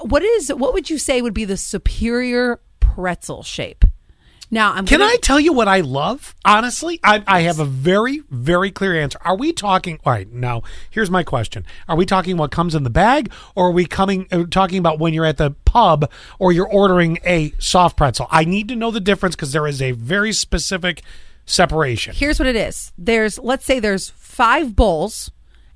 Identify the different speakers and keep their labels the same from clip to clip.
Speaker 1: what is what would you say would be the superior pretzel shape? Now I'm
Speaker 2: Can
Speaker 1: gonna-
Speaker 2: I tell you what I love? Honestly, I, I have a very, very clear answer. Are we talking? All right, now here's my question: Are we talking what comes in the bag, or are we coming uh, talking about when you're at the pub or you're ordering a soft pretzel? I need to know the difference because there is a very specific separation.
Speaker 1: Here's what it is. There's let's say there's five bowls,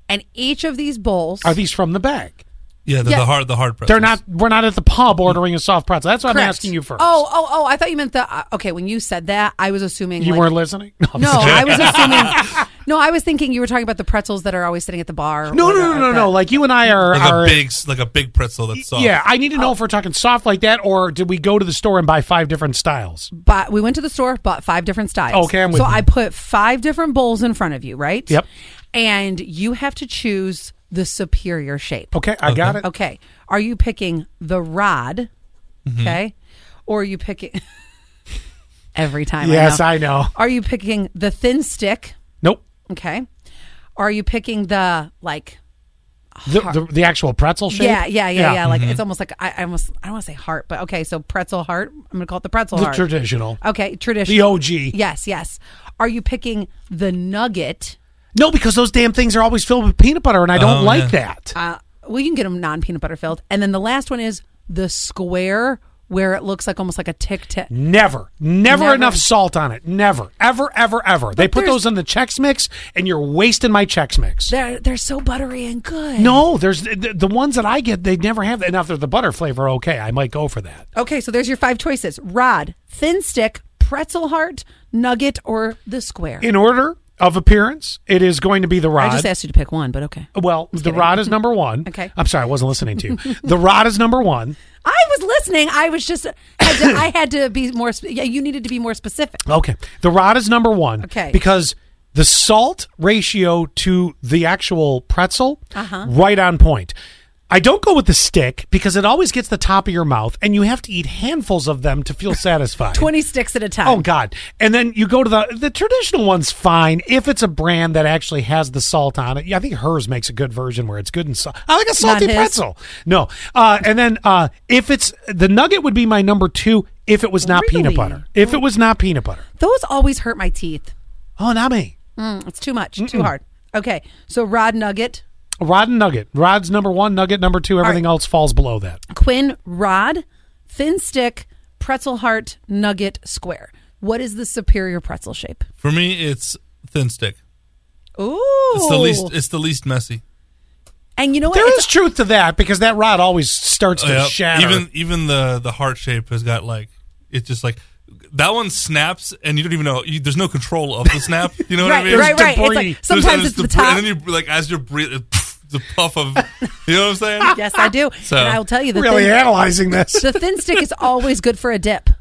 Speaker 1: and each of these bowls
Speaker 2: Are these from the bag?
Speaker 3: Yeah, the,
Speaker 1: Yeah.
Speaker 3: the hard the hard press.
Speaker 2: They're not. We're not at the pub ordering a soft pretzel. That's what I'm
Speaker 1: Correct.
Speaker 2: asking you first.
Speaker 1: Oh, oh, oh! I thought you meant the. Uh, okay, when you said that, I was assuming
Speaker 2: you
Speaker 1: like-
Speaker 2: weren't listening.
Speaker 1: No, I was assuming. No, I was thinking you were talking about the pretzels that are always sitting at the bar.
Speaker 2: No,
Speaker 1: or
Speaker 2: no,
Speaker 1: the-
Speaker 2: no, no, no,
Speaker 1: the-
Speaker 2: no. Like you and I are
Speaker 3: like
Speaker 2: are
Speaker 3: a big like a big pretzel that's soft.
Speaker 2: Yeah, I need
Speaker 3: Oh.
Speaker 2: to know if we're talking soft like that, or did we go to the store and buy five different styles?
Speaker 1: But we went to the store, bought five different styles.
Speaker 2: Okay, I'm with
Speaker 1: so
Speaker 2: you.
Speaker 1: I put five different bowls in front of you, right?
Speaker 2: Yep.
Speaker 1: And you have to choose the superior shape.
Speaker 2: Okay, I got it.
Speaker 1: Okay. Are you picking the rod?
Speaker 2: Mm-hmm.
Speaker 1: Okay. Or are you picking every time?
Speaker 2: Yes,
Speaker 1: I know.
Speaker 2: I know.
Speaker 1: Are you picking the thin stick?
Speaker 2: Nope.
Speaker 1: Okay. Are you picking the like?
Speaker 2: The, the, the actual pretzel shape. Mm-hmm.
Speaker 1: Yeah, yeah, yeah, yeah. Like it's almost like I, I almost I don't want to say heart, but okay. So pretzel heart. I'm gonna call it the pretzel
Speaker 2: The
Speaker 1: heart.
Speaker 2: traditional,
Speaker 1: okay,
Speaker 2: the
Speaker 1: traditional.
Speaker 2: OG.
Speaker 1: Yes, yes. Are you picking the nugget?
Speaker 2: No, because those damn things are always filled with peanut butter, and I don't
Speaker 3: Oh,
Speaker 2: like
Speaker 3: yeah.
Speaker 2: that.
Speaker 1: Uh, well, you can get them non peanut butter filled, and then the last one is the square, where it looks like almost like a tic tac.
Speaker 2: Never, never,
Speaker 1: Never.
Speaker 2: enough salt on it. Never, ever, ever, ever. they put
Speaker 1: there's-
Speaker 2: those in the Chex Mix, and you're wasting my Chex Mix.
Speaker 1: They're they're so buttery and good.
Speaker 2: no, there's the, the ones that I get. They never have that. Now, if they're the butter flavor, okay, I might go for that.
Speaker 1: Okay, so there's your five choices: rod, thin stick, pretzel heart, nugget, or the square.
Speaker 2: In order of appearance, it is going to be the rod.
Speaker 1: I just asked you to pick one, but okay.
Speaker 2: Well, the
Speaker 1: kidding.
Speaker 2: rod is number one.
Speaker 1: Okay.
Speaker 2: I'm sorry, I wasn't listening to you. the rod is number one.
Speaker 1: I was listening. I was just had to, I had to be more. sp- Yeah, you needed to be more specific.
Speaker 2: Okay. The rod is number one.
Speaker 1: Okay.
Speaker 2: Because the salt ratio to the actual pretzel,
Speaker 1: Uh-huh.
Speaker 2: right on point. I don't go with the stick because it always gets the top of your mouth, and you have to eat handfuls of them to feel satisfied.
Speaker 1: Twenty sticks at a time.
Speaker 2: Oh God! And then you go to the the traditional one's fine if it's a brand that actually has the salt on it. Yeah, I think hers makes a good version where it's good and salt. I like a salty
Speaker 1: his.
Speaker 2: pretzel. No, uh, and then uh, if it's the nugget would be my number two if it was not peanut
Speaker 1: Really?
Speaker 2: butter. If it was not peanut butter.
Speaker 1: Those always hurt my teeth.
Speaker 2: Oh, not me.
Speaker 1: Mm, it's too much. Too hard. Okay, so rod nugget,
Speaker 2: Rod and nugget. Rod's number one. Nugget number two. Everything else falls below that.
Speaker 1: Quinn rod, thin stick, pretzel heart, nugget, square. What is the superior pretzel shape?
Speaker 3: For me, it's thin stick.
Speaker 1: Ooh,
Speaker 3: It's the least. It's the least messy.
Speaker 1: And you know what?
Speaker 2: There
Speaker 1: It's-
Speaker 2: is truth to that because that rod always starts to
Speaker 3: Yep.
Speaker 2: shatter.
Speaker 3: Even even the the heart shape has got like it's just like that one snaps and you don't even know. You, there's no control of the snap. You know what I
Speaker 1: right,
Speaker 3: mean?
Speaker 1: right, right. It's
Speaker 2: debris.
Speaker 1: like sometimes
Speaker 3: There's-
Speaker 1: it's the
Speaker 3: there's debris,
Speaker 1: top.
Speaker 3: and then you like as you're breathing, the puff of. You know what I'm saying?
Speaker 1: yes, I do.
Speaker 3: So-
Speaker 1: and I will tell you the
Speaker 2: really
Speaker 1: thin,
Speaker 2: analyzing this.
Speaker 1: the thin stick is always good for a dip.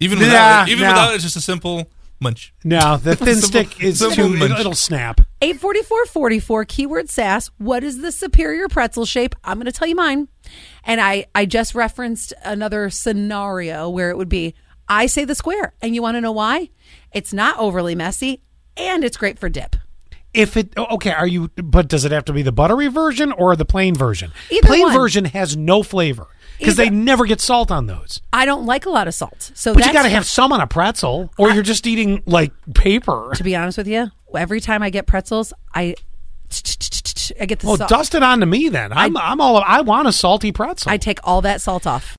Speaker 3: Even
Speaker 2: Nah,
Speaker 3: without, it- even
Speaker 2: nah.
Speaker 3: without, it, it's just a simple munch.
Speaker 2: no, the thin
Speaker 3: Simple-
Speaker 2: stick is
Speaker 3: simple
Speaker 2: too.
Speaker 3: munch.
Speaker 2: It'll, it'll snap.
Speaker 1: 84444 keyword sass what is the superior pretzel shape i'm going to tell you mine and i i just referenced another scenario where it would be i say the square and you want to know why it's not overly messy and it's great for dip
Speaker 2: if it oh, okay are you but does it have to be the buttery version or the plain version
Speaker 1: Either
Speaker 2: plain
Speaker 1: one.
Speaker 2: version has no flavor because they
Speaker 1: Either-
Speaker 2: never get salt on those
Speaker 1: i don't like a lot of salt so
Speaker 2: but
Speaker 1: that's
Speaker 2: you gotta have some on a pretzel or you're just eating like paper
Speaker 1: to be honest with you every time i get pretzels i i get the
Speaker 2: well
Speaker 1: salt
Speaker 2: Oh, dust it onto me then i'm I, am i am all i want a salty pretzel
Speaker 1: i take all that salt off